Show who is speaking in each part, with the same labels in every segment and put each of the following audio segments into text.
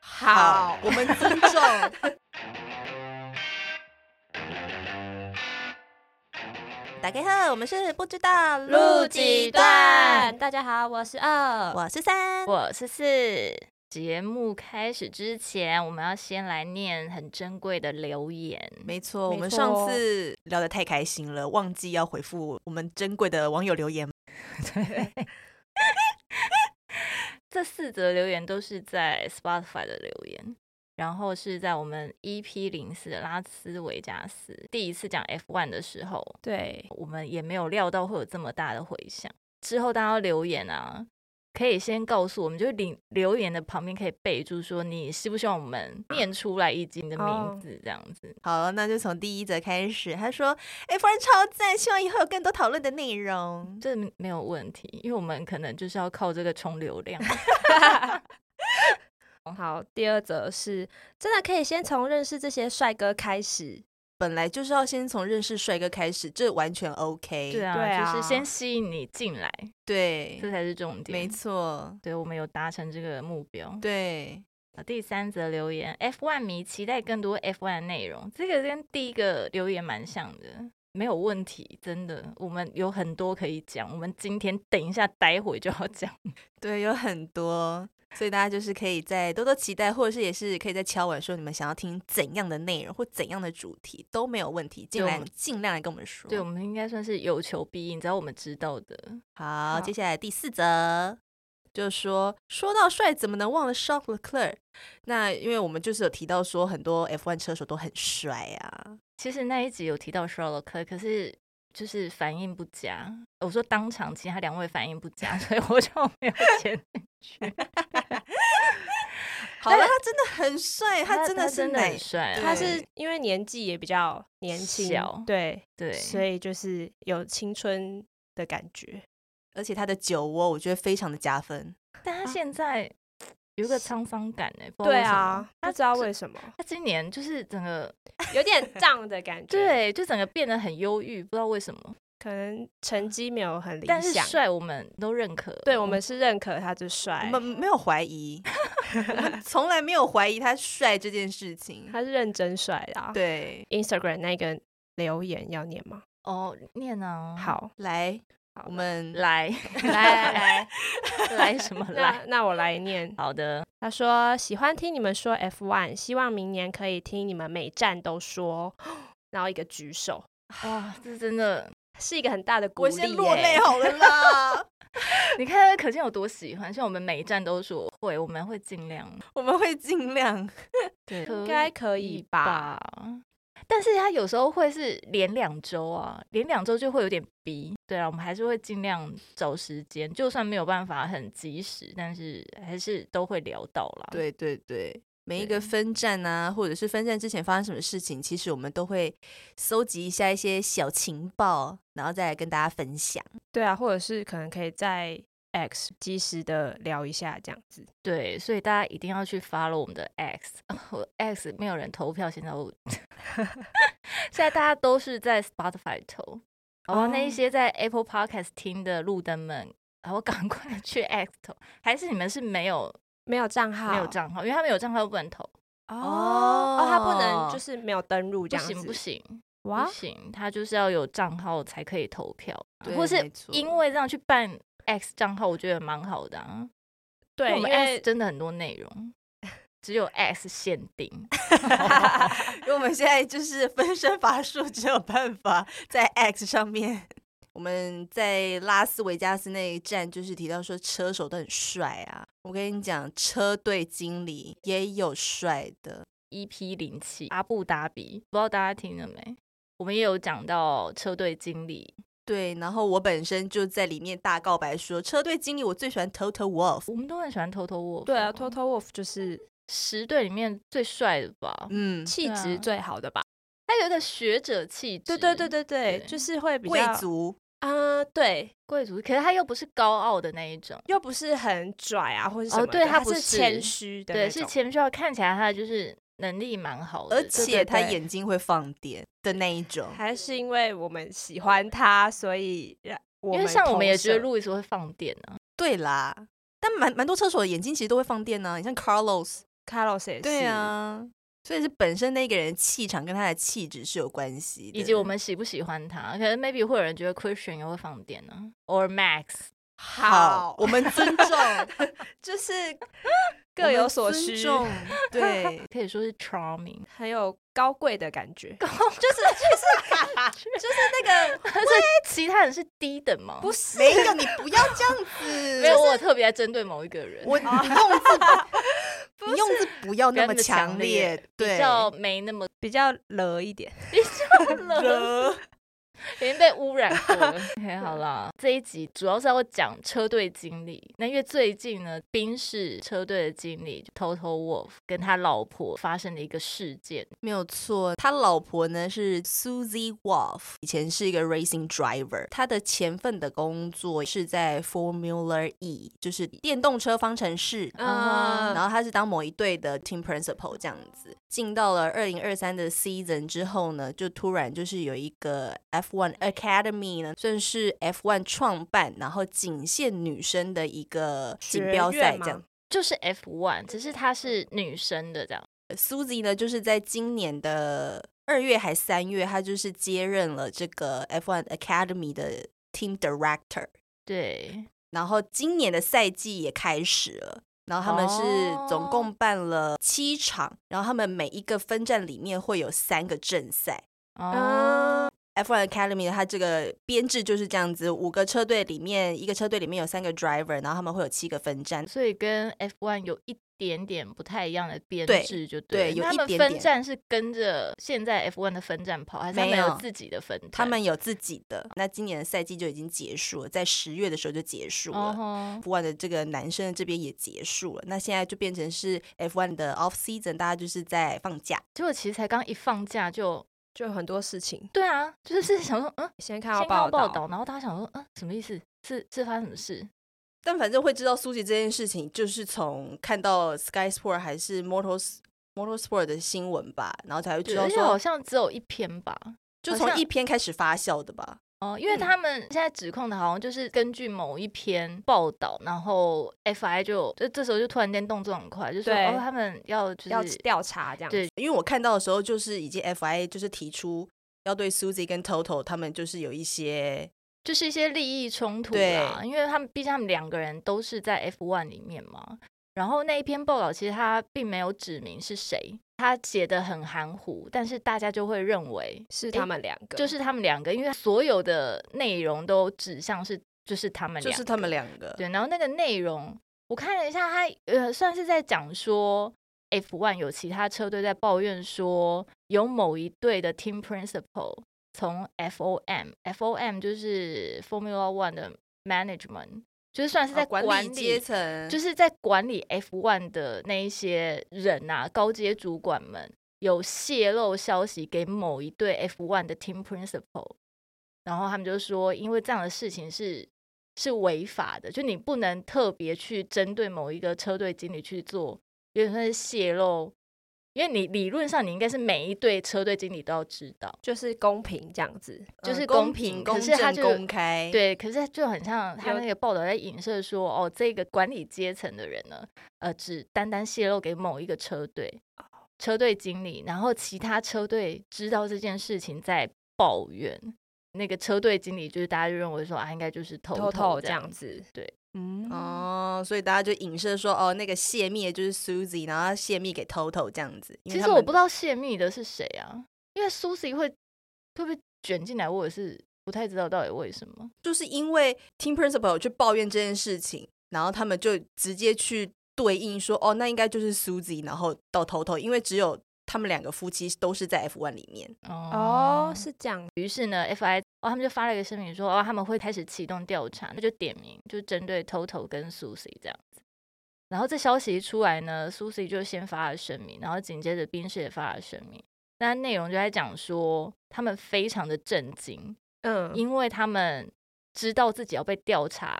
Speaker 1: 好，我们尊 重。
Speaker 2: 打开后，我们是不知道
Speaker 3: 录几段
Speaker 2: 大家好，我是二，我是三。
Speaker 3: 我是四。节目开始之前，我们要先来念很珍贵的留言。
Speaker 2: 没错，我
Speaker 1: 没错
Speaker 2: 们上次聊得太开心了，忘记要回复我们珍贵的网友留 言。
Speaker 3: 这四则留言都是在 Spotify 的留言，然后是在我们 EP 零四拉斯维加斯第一次讲 F1 的时候，
Speaker 1: 对，
Speaker 3: 我们也没有料到会有这么大的回响。之后大家要留言啊，可以先告诉我们，就是留留言的旁边可以备注说你希不希望我们念出来以及你的名
Speaker 1: 哦
Speaker 3: 字这样子。
Speaker 2: 好了，那就从第一则开始。他说：“F1 超赞，希望以后有更多讨论的内容。
Speaker 3: 这没有问题，因为我们可能就是要靠这个冲流量。
Speaker 1: 好，第二则是真的可以先从认识这些帅哥开始，
Speaker 2: 本来就是要先从认识帅哥开始，这完全 OK。
Speaker 3: 对啊，
Speaker 1: 对啊
Speaker 3: 就是先吸引你进来，
Speaker 2: 对
Speaker 3: 这才是重点。
Speaker 2: 没，错，
Speaker 3: 对我们有达成这个目标。
Speaker 2: 对，
Speaker 3: 呃第三则留言，F1 迷期待更多 F1 的内容，这个跟第一个留言蛮像的，没有问题，真的，我们有很多可以讲，我们今天等一下，待会就要讲。
Speaker 2: 对，有很多，所以大家就是可以再多多期待，或者是也是可以再敲碗说你们想要听怎样的内容或怎样的主题都没有问题，尽
Speaker 3: 对我
Speaker 2: 量
Speaker 3: 们
Speaker 2: 尽量来跟我们说。
Speaker 3: 对，我们应该算是有求必应，只要我们知道的，
Speaker 2: 好，接下来第四则。就说说到帅，怎么能忘了 Shock Leclerc？那因为我们就是有提到说很多 F1 车手都很帅啊，
Speaker 3: 其实那一集有提到 Sherlock，可是就是反应不佳。我说当场其他两位反应不佳， 所以我就没有签进去。
Speaker 2: 好了，他真的很帅，真的是
Speaker 3: 真的
Speaker 2: 奶
Speaker 3: 很，帅啊，
Speaker 2: 对
Speaker 1: 他是因为年纪也比较年轻
Speaker 3: 小，
Speaker 1: 对，
Speaker 3: 对，
Speaker 1: 所以就是有青春的感觉。
Speaker 2: 而且他的酒窝我觉得非常的加分。
Speaker 3: 但他现在有一个沧桑感哎、不知道为
Speaker 1: 啊对
Speaker 3: 什么
Speaker 1: 啊，不知道为什么
Speaker 3: 他今年就是整个
Speaker 1: 有点胀的 感觉，，
Speaker 3: 对，就整个变得很忧郁，不知道为什么。
Speaker 1: 可能成绩没有很理
Speaker 3: 但是
Speaker 1: 想。
Speaker 3: 帅嗯我们都认可，
Speaker 1: 对，我们是认可他的帅
Speaker 2: 我，们没有怀 疑，我们从来没有怀疑他帅这件事情。
Speaker 1: 他是认真帅的、啊。
Speaker 2: 对，
Speaker 1: Instagram 那个留言要念吗？
Speaker 3: 哦念啊，
Speaker 1: 好，
Speaker 2: 来，
Speaker 1: 好
Speaker 2: 我们
Speaker 3: 来
Speaker 1: 来来来，
Speaker 3: 来 什么
Speaker 1: 那
Speaker 3: 来？
Speaker 1: 那我来念。
Speaker 3: 好的，
Speaker 1: 他说喜欢听你们说 F1，希望明年可以听你们每站都说，然后一个举手，
Speaker 3: 哇，这真的，
Speaker 1: 是一个很大的鼓
Speaker 2: 我
Speaker 1: 励耶、
Speaker 2: 先落
Speaker 1: 哦
Speaker 2: 泪好了 啦，
Speaker 3: 你看可见有多喜欢。像我们每一站都说会，我们会尽量，
Speaker 2: 我们会尽量。
Speaker 3: 对，
Speaker 1: 应该可以吧？？
Speaker 3: 但是他有时候会是连两周啊，连两周就会有点逼。对啊，我们还是会尽量找时间，就算没有办法很及时，但是还是都会聊到啦。
Speaker 2: 对对对，每一
Speaker 3: 对
Speaker 2: 个分站啊，或者是分站之前发生什么事情，其实我们都会搜集一下一些小情报，然后再来跟大家分享。
Speaker 1: 对啊，或者是可能可以在 X 及时的聊一下这样子。
Speaker 3: 对，所以大家一定要去 follow 我们的 X，我 X 没有人投票，现在我 现在大家都是在 Spotify 投，好吧？那一
Speaker 1: 哦
Speaker 3: 些在 Apple Podcast 听的路灯们，然后赶快去 X 投，还是你们是没有
Speaker 1: 没有账号，
Speaker 3: 没有账号，因为他们有账号又不能投，
Speaker 1: 哦
Speaker 2: 哦
Speaker 1: 哦，他不能就是没有登录这
Speaker 3: 不
Speaker 1: 样子，
Speaker 3: 行不行
Speaker 1: 哇
Speaker 3: 不，行，他就是要有账号才可以投票，
Speaker 2: 对
Speaker 3: 或
Speaker 2: 没
Speaker 3: 是
Speaker 2: 错
Speaker 3: 因为这样去办 X 账号，我觉得蛮好的、啊。因为
Speaker 1: 对，
Speaker 3: 我
Speaker 1: 因
Speaker 3: 们 X
Speaker 1: 为
Speaker 3: 真的很多内容，只有 X 限定。
Speaker 2: 因为我们现在就是分身乏术，只有办法在 X 上面。我们在拉斯维加斯那一站，就是提到说车手都很帅啊。我跟你讲，车队经理也有帅的，
Speaker 3: EP ，E 零七阿布达比，不知道大家听了没？我们也有讲到车队经理，
Speaker 2: 对。然后我本身就在里面大告白说，车队经理我最喜欢 Toto Wolf，
Speaker 3: 我们都很喜欢偷偷握。
Speaker 1: 对啊，Total Wolf 就是
Speaker 3: 十队里面最帅的吧？
Speaker 2: 嗯，
Speaker 1: 气
Speaker 3: 嗯对啊
Speaker 1: 质最好的吧？
Speaker 3: 他有一个学者气质，
Speaker 1: 对对对对对，
Speaker 3: 对
Speaker 1: 就是会比较
Speaker 2: 贵族，
Speaker 1: 啊、对，
Speaker 3: 贵族，可是他又不是高傲的那一种，
Speaker 1: 又不是很拽啊，或者什么的、
Speaker 3: 哦对他
Speaker 1: 他
Speaker 3: 不
Speaker 1: 是
Speaker 3: 是
Speaker 1: 谦虚的
Speaker 3: 对，
Speaker 1: 那
Speaker 3: 是
Speaker 1: 种，
Speaker 3: 前哨，看起来他就是能力蛮好的，
Speaker 2: 而
Speaker 3: 对
Speaker 2: 且他
Speaker 3: 对对
Speaker 2: 眼睛会放电的那一种。
Speaker 1: 还是因为我们喜欢他，所以让我
Speaker 3: 因
Speaker 1: 们
Speaker 3: 为像我们也觉得
Speaker 1: 投射
Speaker 3: 路易斯会放电啊，
Speaker 2: 对啦，但蛮蛮多车手的眼睛其实都会放电呢、你像 Carlos，
Speaker 1: Carlos 也是，
Speaker 2: 对啊，所以是本身那个人气场跟他的气质是有关系的，
Speaker 3: 以及我们喜不喜欢他，可能 maybe 会有人觉得 Christian 也会放电呢、or Max，
Speaker 2: 好，我们尊 重，
Speaker 1: 就是
Speaker 2: 我
Speaker 1: 各
Speaker 2: 们
Speaker 1: 有所
Speaker 2: 尊
Speaker 1: 需，
Speaker 2: 重对，
Speaker 3: 可以说是 charming，
Speaker 1: 很有高贵的感觉。
Speaker 2: 就是就是就是那个
Speaker 3: 但是其他人是低等吗？
Speaker 1: 不是，
Speaker 2: 没有，你不要这样子，
Speaker 3: 没有，我有特别在针对某一个人，
Speaker 2: 我你用字不，你用字不要
Speaker 3: 不
Speaker 2: 那
Speaker 3: 要
Speaker 2: 么
Speaker 3: 么
Speaker 2: 强烈，
Speaker 3: 比
Speaker 2: 对，
Speaker 3: 较没那么
Speaker 1: 比较冷一点。
Speaker 3: 比较 冷， 已经被污染过了。OK，好啦，这一集主要是要讲车队经历。那因为最近呢，宾士车队的经理 Toto Wolf 跟他老婆发生了一个事件，
Speaker 2: 没有错，他老婆呢是 Susie Wolf，以前是一个 racing driver，他的前份的工作是在 Formula E，就是电动车方程式。
Speaker 1: 嗯
Speaker 3: 啊
Speaker 2: 然后他是当某一队的 team principal 这样子，进到了二零二三的 season 之后呢，就突然就是有一个 F1 Academy 呢，算是 F1 创办，然后仅限女生的一个锦
Speaker 1: 学
Speaker 2: 标赛
Speaker 1: 院
Speaker 2: 这样
Speaker 1: 吗
Speaker 3: 就是 F One，只是她是女生的这样。
Speaker 2: Suzy 呢，就是在今年的二月还三月，她就是接任了这个 F1 Academy 的 Team Director，
Speaker 3: 对，
Speaker 2: 然后今年的赛季也开始了。然后他们是总共
Speaker 3: 哦
Speaker 2: 办了七场然后他们每一个分站里面会有三个正赛。
Speaker 1: 嗯
Speaker 3: 哦，
Speaker 2: F1 Academy 它这个编制就是这样子，五个车队里面一个车队里面有三个 driver，然后他们会有七个分站，
Speaker 3: 所以跟 F One 有一点点不太一样的编
Speaker 2: 对
Speaker 3: 制，就
Speaker 2: 对
Speaker 3: 了
Speaker 2: 有
Speaker 3: 那
Speaker 2: 一
Speaker 3: 他们
Speaker 2: 点
Speaker 3: 分
Speaker 2: 点
Speaker 3: 站是跟着现在 F One 的分站跑，还是他
Speaker 2: 没
Speaker 3: 们
Speaker 2: 有
Speaker 3: 有自己的分站？
Speaker 2: 他们有自己的。那今年的赛季就已经结束了，在十月的时候就结束了。
Speaker 3: 哦吼
Speaker 2: F1 的这个男生这边也结束了，那现在就变成是 F1 的 off season，大家就是在放假。
Speaker 3: 结果其实才刚一放假就，
Speaker 1: 就很多事情。
Speaker 3: 对啊，就是 想说，嗯，
Speaker 1: 先看到
Speaker 3: 先看到
Speaker 1: 报
Speaker 3: 报道，然后大家想说，嗯，什么意思？是是发生什么事？
Speaker 2: 但反正会知道苏吉这件事情，就是从看到 Sky Sport 还是 Motor Motor Sport 的新闻吧，然后才会知
Speaker 3: 对
Speaker 2: 道
Speaker 3: 而且好
Speaker 2: 说，
Speaker 3: 像只有一篇吧。
Speaker 2: 就
Speaker 3: 好
Speaker 2: 从
Speaker 3: 像
Speaker 2: 一篇开始发酵的吧。
Speaker 3: 哦，因为
Speaker 2: 嗯
Speaker 3: 他们现在指控的好像就是根据某一篇报道，然后 FI 就就这时候就突然间动作很快，就说
Speaker 1: 对
Speaker 3: 哦，他们要就是
Speaker 1: 要调查这样子。
Speaker 3: 对
Speaker 2: 因为我看到的时候，就是已经 FIA 就是提出要对 Suzy 跟 Toto 他们就是有一些
Speaker 3: 就是一些利益冲突啦，因为他们毕竟他们两个人都是在 F one 里面嘛。然后那一篇报道其实他并没有指明是谁，他写的很含糊，但是大家就会认为
Speaker 1: 是
Speaker 3: 诶
Speaker 1: 他们两个，
Speaker 3: 就是他们两个，因为所有的内容都指向是就是他们两
Speaker 2: 就
Speaker 3: 个，
Speaker 2: 是他们两个，
Speaker 3: 对。然后那个内容我看了一下他，呃算是在讲说 F one 有其他车队在抱怨说有某一队的 team principal 从 FOM FOM 就是 Formula One 的 management，就是算是在
Speaker 2: 啊管
Speaker 3: 管
Speaker 2: 理阶层，
Speaker 3: 就是在管理 F1 的那一些人啊，高阶主管们有泄露消息给某一对 F1 的 team principal，然后他们就说，因为这样的事情是是违法的，就你不能特别去针对某一个车队经理去做，有点像是泄露。因为你理论上你应该是每一对车队经理都要知道，
Speaker 1: 就是公平这样子。
Speaker 2: 呃
Speaker 3: 就是
Speaker 2: 公
Speaker 3: 公平
Speaker 2: 公
Speaker 3: 可是他
Speaker 2: 正、
Speaker 3: 就
Speaker 2: 公开，
Speaker 3: 对，可是就很像他
Speaker 1: 有
Speaker 3: 那个报道在影射说，哦，这个管理阶层的人呢，呃，只单单泄露给某一个车队车队经理，然后其他车队知道这件事情在抱怨，那个车队经理就是大家就认为说啊，应该就是偷
Speaker 1: 偷
Speaker 3: 偷
Speaker 1: 偷
Speaker 3: 这
Speaker 1: 这
Speaker 3: 样
Speaker 1: 样
Speaker 3: 子，
Speaker 1: 子，
Speaker 3: 对，
Speaker 1: 嗯，
Speaker 2: 哦，所以大家就影射说，哦，那个泄密的就是 Susie，然后泄密给 Toto 这样子。因为
Speaker 3: 其
Speaker 2: 他
Speaker 3: 实我
Speaker 2: 们
Speaker 3: 不知道泄密的是谁啊，因为 Susie 会会不会卷进来，我也是不太知道到底为什么。
Speaker 2: 就是因为 Team Principal 去抱怨这件事情，然后他们就直接去对应说，哦，那应该就是 Susie，然后到 Toto，因为只有他们两个夫妻都是在 F1 里面。
Speaker 1: 哦，是这样，
Speaker 3: 于是呢，FI 哦，他们就发了一个声明说，哦，他们会开始启动调查，那就点名，就针对 Toto 跟 Susie 这样子。然后这消息一出来呢，Susie 就先发了声明，然后紧接着宾士也发了声明。那内容就在讲说，他们非常的震惊，
Speaker 1: 嗯，
Speaker 3: 因为他们知道自己要被调查，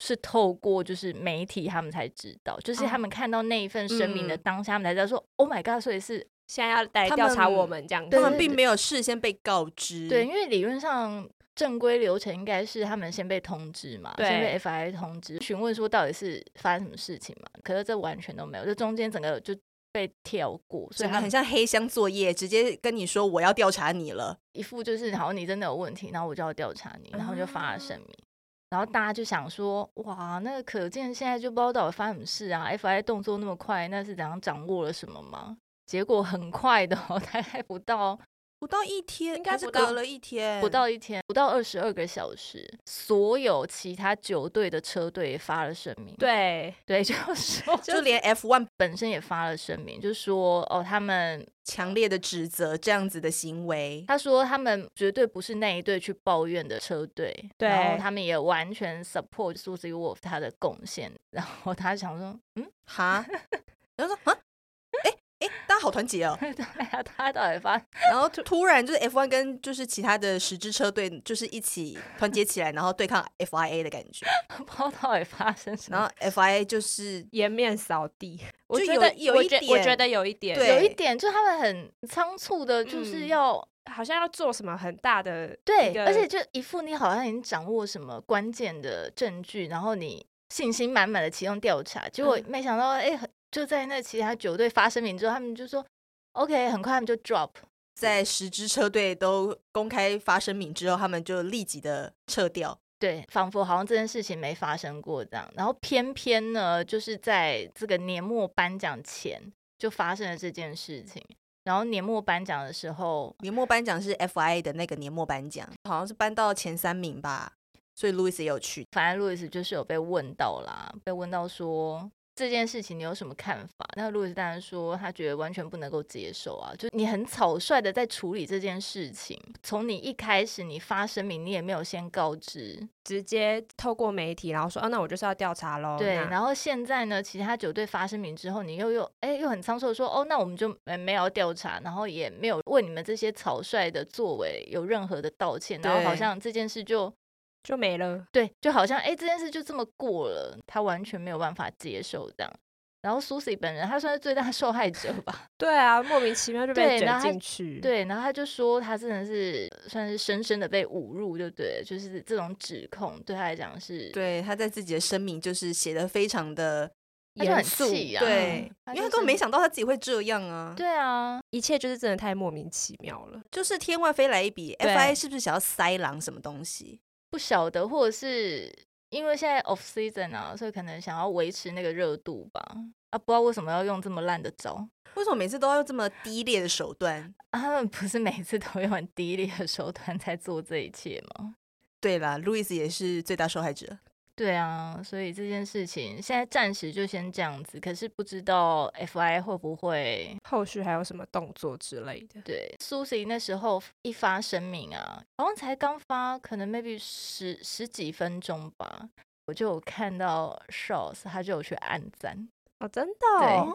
Speaker 3: 是透过就是媒体他们才知道，就是他们看到那一份声明的
Speaker 1: 嗯
Speaker 3: 当下，他们才知道说，Oh my god！所以是
Speaker 1: 现在要来
Speaker 2: 他
Speaker 1: 调查
Speaker 2: 们
Speaker 1: 我们这样
Speaker 2: 他
Speaker 1: 子，
Speaker 3: 对
Speaker 2: 们
Speaker 3: 对
Speaker 2: 并没有事先被告知，
Speaker 3: 对，因为理论上正规流程应该是他们先被通知嘛，先被
Speaker 1: 对
Speaker 3: FIA 通知询问说到底是发生什么事情嘛。可是这完全都没有，这中间整个就被跳过，所
Speaker 2: 所
Speaker 3: 以
Speaker 2: 以
Speaker 3: 他
Speaker 2: 很像黑箱作业，直接跟你说我要调查你了。
Speaker 3: 一副就是好，你真的有问题，然后我就要调查你，然后就发了声
Speaker 2: 哦
Speaker 3: 明。然后大家就想说，哇，那可见现在就不知道到底发生什么事啊！FI 动作那么快，那是怎样掌握了什么吗？结果很快的、哦，大概不到
Speaker 2: 不到一天，
Speaker 1: 应该
Speaker 2: 还是
Speaker 1: 不到
Speaker 2: 隔了一天，
Speaker 3: 不到一天，不到二十二个小时，所有其他九队的车队也发了声明。
Speaker 1: 对，
Speaker 3: 对， 就说
Speaker 2: 就连 F1
Speaker 3: 本身也发了声明，就说哦，他们
Speaker 2: 强烈的指责这样子的行 为。
Speaker 3: 他说他们绝对不是那一队去抱怨的车队，
Speaker 1: 对
Speaker 3: 然后他们也完全 support Susie Wolf 他的贡献，然后他想说， 嗯，
Speaker 2: 哈， 然后说哈，哎哎，大家好团结哦。
Speaker 3: 他他到底发
Speaker 2: 然后突突然就是 F1 跟就是其他的十支车队就是一起团结起来，然后对抗 FIA 的感觉。
Speaker 3: 不知道到底发生什
Speaker 2: 然后
Speaker 3: 么？
Speaker 2: FIA 就是
Speaker 1: 颜面扫地，我
Speaker 2: 就
Speaker 1: 觉
Speaker 2: 有
Speaker 1: 得
Speaker 2: 有
Speaker 1: 我
Speaker 2: 一
Speaker 1: 觉我觉
Speaker 2: 点
Speaker 1: 得有一点，
Speaker 2: 对
Speaker 3: 有一点就他们很仓促的，就是
Speaker 1: 嗯
Speaker 3: 要、
Speaker 1: 好像要做什么很大的一
Speaker 3: 对，
Speaker 1: 个
Speaker 3: 而且就一副你好像已经掌握什么关键的证据，然后你信心满满的启动调查，结果
Speaker 1: 嗯
Speaker 3: 没想到，哎、很就在那其他九队发声明之后，他们就说 OK，很快他们就 drop，
Speaker 2: 在十支车队都公开发声明之后，他们就立即的撤掉。
Speaker 3: 对，仿佛好像这件事情没发生过这样。然后偏偏呢，就是在这个年末颁奖前就发生了这件事情。然后年末颁奖的时候，
Speaker 2: 年末颁奖是 FIA 的那个年末颁奖，好像是颁到前三名吧，所以 Louis 也有去。
Speaker 3: 反正路易斯就是有被问到啦，被问到说这件事情你有什么看法？那路易斯当然说他觉得完全不能够接受啊，就你很草率的在处理这件事情，从你一开始你发声明，你也没有先告知，
Speaker 1: 直接透过媒体，然后说，哦，那我就是要调查喽。
Speaker 3: 对，
Speaker 1: 哦那
Speaker 3: 然后现在呢，其他九队发声明之后，你又又哎又很仓促的说，哦，那我们就呃没有要调查，然后也没有为你们这些草率的作为有任何的道歉，然后好
Speaker 2: 对
Speaker 3: 像这件事就
Speaker 1: 就没了。
Speaker 3: 对，就好像哎这件事就这么过了，他完全没有办法接受这样。然后苏 i 本人，他算是最大受害者吧，
Speaker 1: 对啊，莫名其妙就被
Speaker 3: 对然后
Speaker 1: 卷
Speaker 3: 他
Speaker 1: 进
Speaker 2: 嗯
Speaker 1: 去。，
Speaker 3: 对，然后他就说他真的是算是深深的被侮辱，对不对？就是这种指控对他来讲是，
Speaker 2: 对，他在自己的声明就是写的非常的
Speaker 3: 他就很
Speaker 2: 严肃，
Speaker 3: 气啊
Speaker 2: 对，
Speaker 3: 他
Speaker 2: 因为他根
Speaker 3: 就
Speaker 2: 本
Speaker 3: 是
Speaker 2: 没想到他自己会这样啊，
Speaker 3: 对啊，
Speaker 1: 一切就是真的太莫名其妙了。
Speaker 2: 就是天外飞来一笔
Speaker 1: 对
Speaker 2: ，FIA 是不是想要塞狼什么东西？
Speaker 3: 不晓得，或者是因为现在 off season 啊，所以可能想要维持那个热度吧。啊，不知道为什么要用这么烂的招
Speaker 2: 为什么每次都要用这么低劣的手段？
Speaker 3: 啊！他们不是每次都用很低劣的手段在做这一切吗？
Speaker 2: 对啦，路易斯也是最大受害者。
Speaker 3: 对啊，所以这件事情现在暂时就先这样子，可是不知道 FI 会不会
Speaker 1: 后续还有什么动作之类的？
Speaker 3: 对 Susie 那时候一发声明啊，好像才刚发，可能 maybe 十十几分钟吧，我就有看到 Shaws 他就有去暗赞，
Speaker 1: 哦，真的、 哦，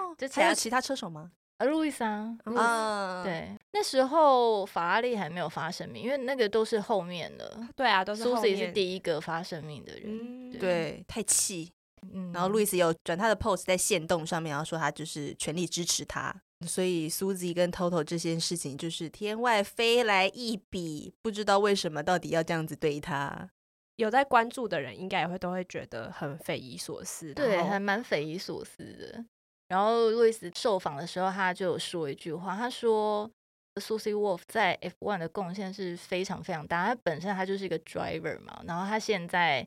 Speaker 2: 哦
Speaker 3: 就其
Speaker 2: 还有
Speaker 3: 他
Speaker 2: 其他车手吗？
Speaker 3: 啊，路易莎，
Speaker 1: 嗯
Speaker 3: 啊，
Speaker 2: 啊，，
Speaker 3: 对，那时候法拉利还没有发声明，因为那个都是后面的。
Speaker 1: 对啊，都是后
Speaker 3: Susie 是
Speaker 1: 面。
Speaker 3: 第一个发声明的人，
Speaker 1: 嗯，
Speaker 2: 对，太气。
Speaker 3: 嗯，
Speaker 2: 然后路易斯有转他的 post 在线动上面，然后说他就是全力支持他。所以苏 i 跟 Toto 这件事情就是天外飞来一笔，不知道为什么到底要这样子对他。
Speaker 1: 有在关注的人应该也会都会觉得很匪夷所思。
Speaker 3: 对，还
Speaker 1: 然后
Speaker 3: 蛮匪夷所思的。然后路易斯受访的时候，他就有说一句话，他说 Susie Wolf 在 F1 的贡献是非常非常大。他本身他就是一个 driver 嘛，然后他现在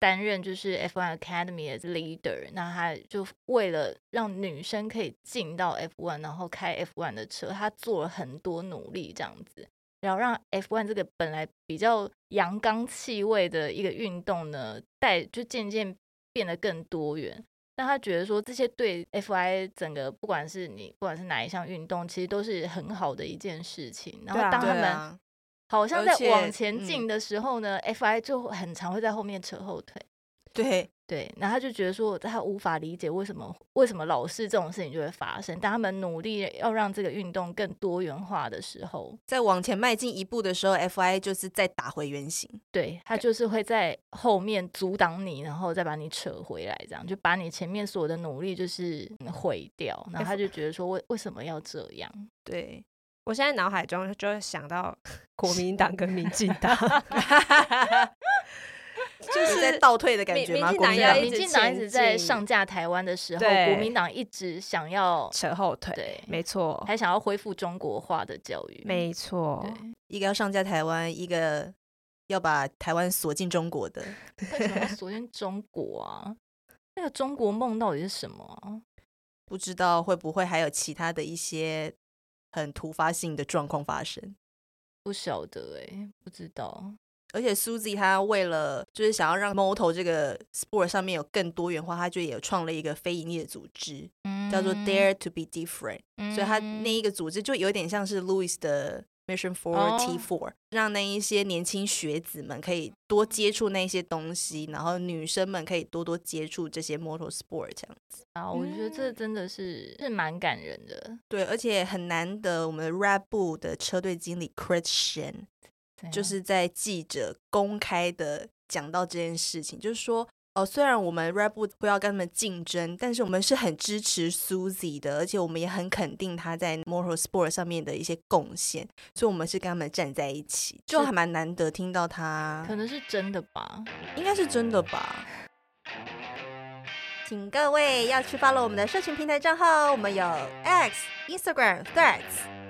Speaker 3: 担任就是 F1 Academy 的 leader，那他就为了让女生可以进到 F1，然后开 F1 的车，他做了很多努力这样子。然后让 F1 这个本来比较阳刚气味的一个运动呢，带就渐渐变得更多元。但他觉得说，这些对 FI 整个不管是你不管是哪一项运动，其实都是很好的一件事情。然后
Speaker 1: 对啊
Speaker 3: 当
Speaker 2: 对
Speaker 3: 他们
Speaker 2: 啊，
Speaker 3: 好像
Speaker 2: 而
Speaker 3: 在
Speaker 2: 且
Speaker 3: 往前进
Speaker 2: 嗯
Speaker 3: 的时候呢、f i 就很常会在后面扯后腿。
Speaker 2: 对，
Speaker 3: 对，然后他就觉得说，他无法理解为什么为什么老是这种事情就会发生。当他们努力要让这个运动更多元化的时候，
Speaker 2: 在往前迈进一步的时候，FI 就是再打回原形。
Speaker 3: 对他就是会在后面阻挡你，然后再把你扯回来，这样就把你前面所有的努力就是嗯毁掉。然后他就觉得说为，为什么要这样？
Speaker 2: 对，
Speaker 1: 我现在脑海中 就会想到国民党跟民进党，
Speaker 2: 就是在倒退的感觉吗？
Speaker 1: 民民进
Speaker 2: 国
Speaker 1: 党
Speaker 2: 民
Speaker 1: 要
Speaker 2: 党
Speaker 1: 一
Speaker 3: 民
Speaker 1: 直
Speaker 3: 进党一
Speaker 1: 前
Speaker 3: 直在
Speaker 1: 进
Speaker 3: 上架台湾的时候，
Speaker 1: 对
Speaker 3: 国民党一直想要
Speaker 1: 扯后腿
Speaker 3: 对，
Speaker 1: 没错，
Speaker 3: 还想要恢复中国化的教育，
Speaker 1: 没错
Speaker 3: 对。
Speaker 2: 一个要上架台湾，一个要把台湾锁进中国的。
Speaker 3: 为什么要锁定中国啊？那个中国梦到底是什么啊？
Speaker 2: 不知道会不会还有其他的一些很突发性的状况发生。
Speaker 3: 不晓得哎、不知道。
Speaker 2: 而且 Suzy 她为了就是想要让 Moto 这个 sport 上面有更多元化，她就也有创了一个非营利的组织，
Speaker 3: 嗯
Speaker 2: 叫做 Dare to be Different。所以她那一
Speaker 3: 个
Speaker 2: 个组织就有点像是 Louis 的 Mission for
Speaker 3: 哦
Speaker 2: T Four，、让那一些年轻学子们可以多接触那些东西，然后女生们可以多多接触这些 motor sport 这样。
Speaker 3: 啊，我觉得这真的是是蛮感人的。
Speaker 2: 对，而且很难得，我们的 Red Bull 的车队经理 Christian
Speaker 3: 怎
Speaker 2: 就
Speaker 3: 样
Speaker 2: 是在记者公开的讲到这件事情，就是说，哦，虽然我们 Red Bull 不要跟他们竞争，但是我们是很支持 Suzy 的，而且我们也很肯定他在 Motorsport 上面的一些贡献，所以我们是跟他们站在一起，就是还蛮难得听到他
Speaker 3: 可，能是真的吧。
Speaker 2: 应该是真的吧。请各位要去 follow 我们的社群平台账号，我们有 X、Instagram、Threads，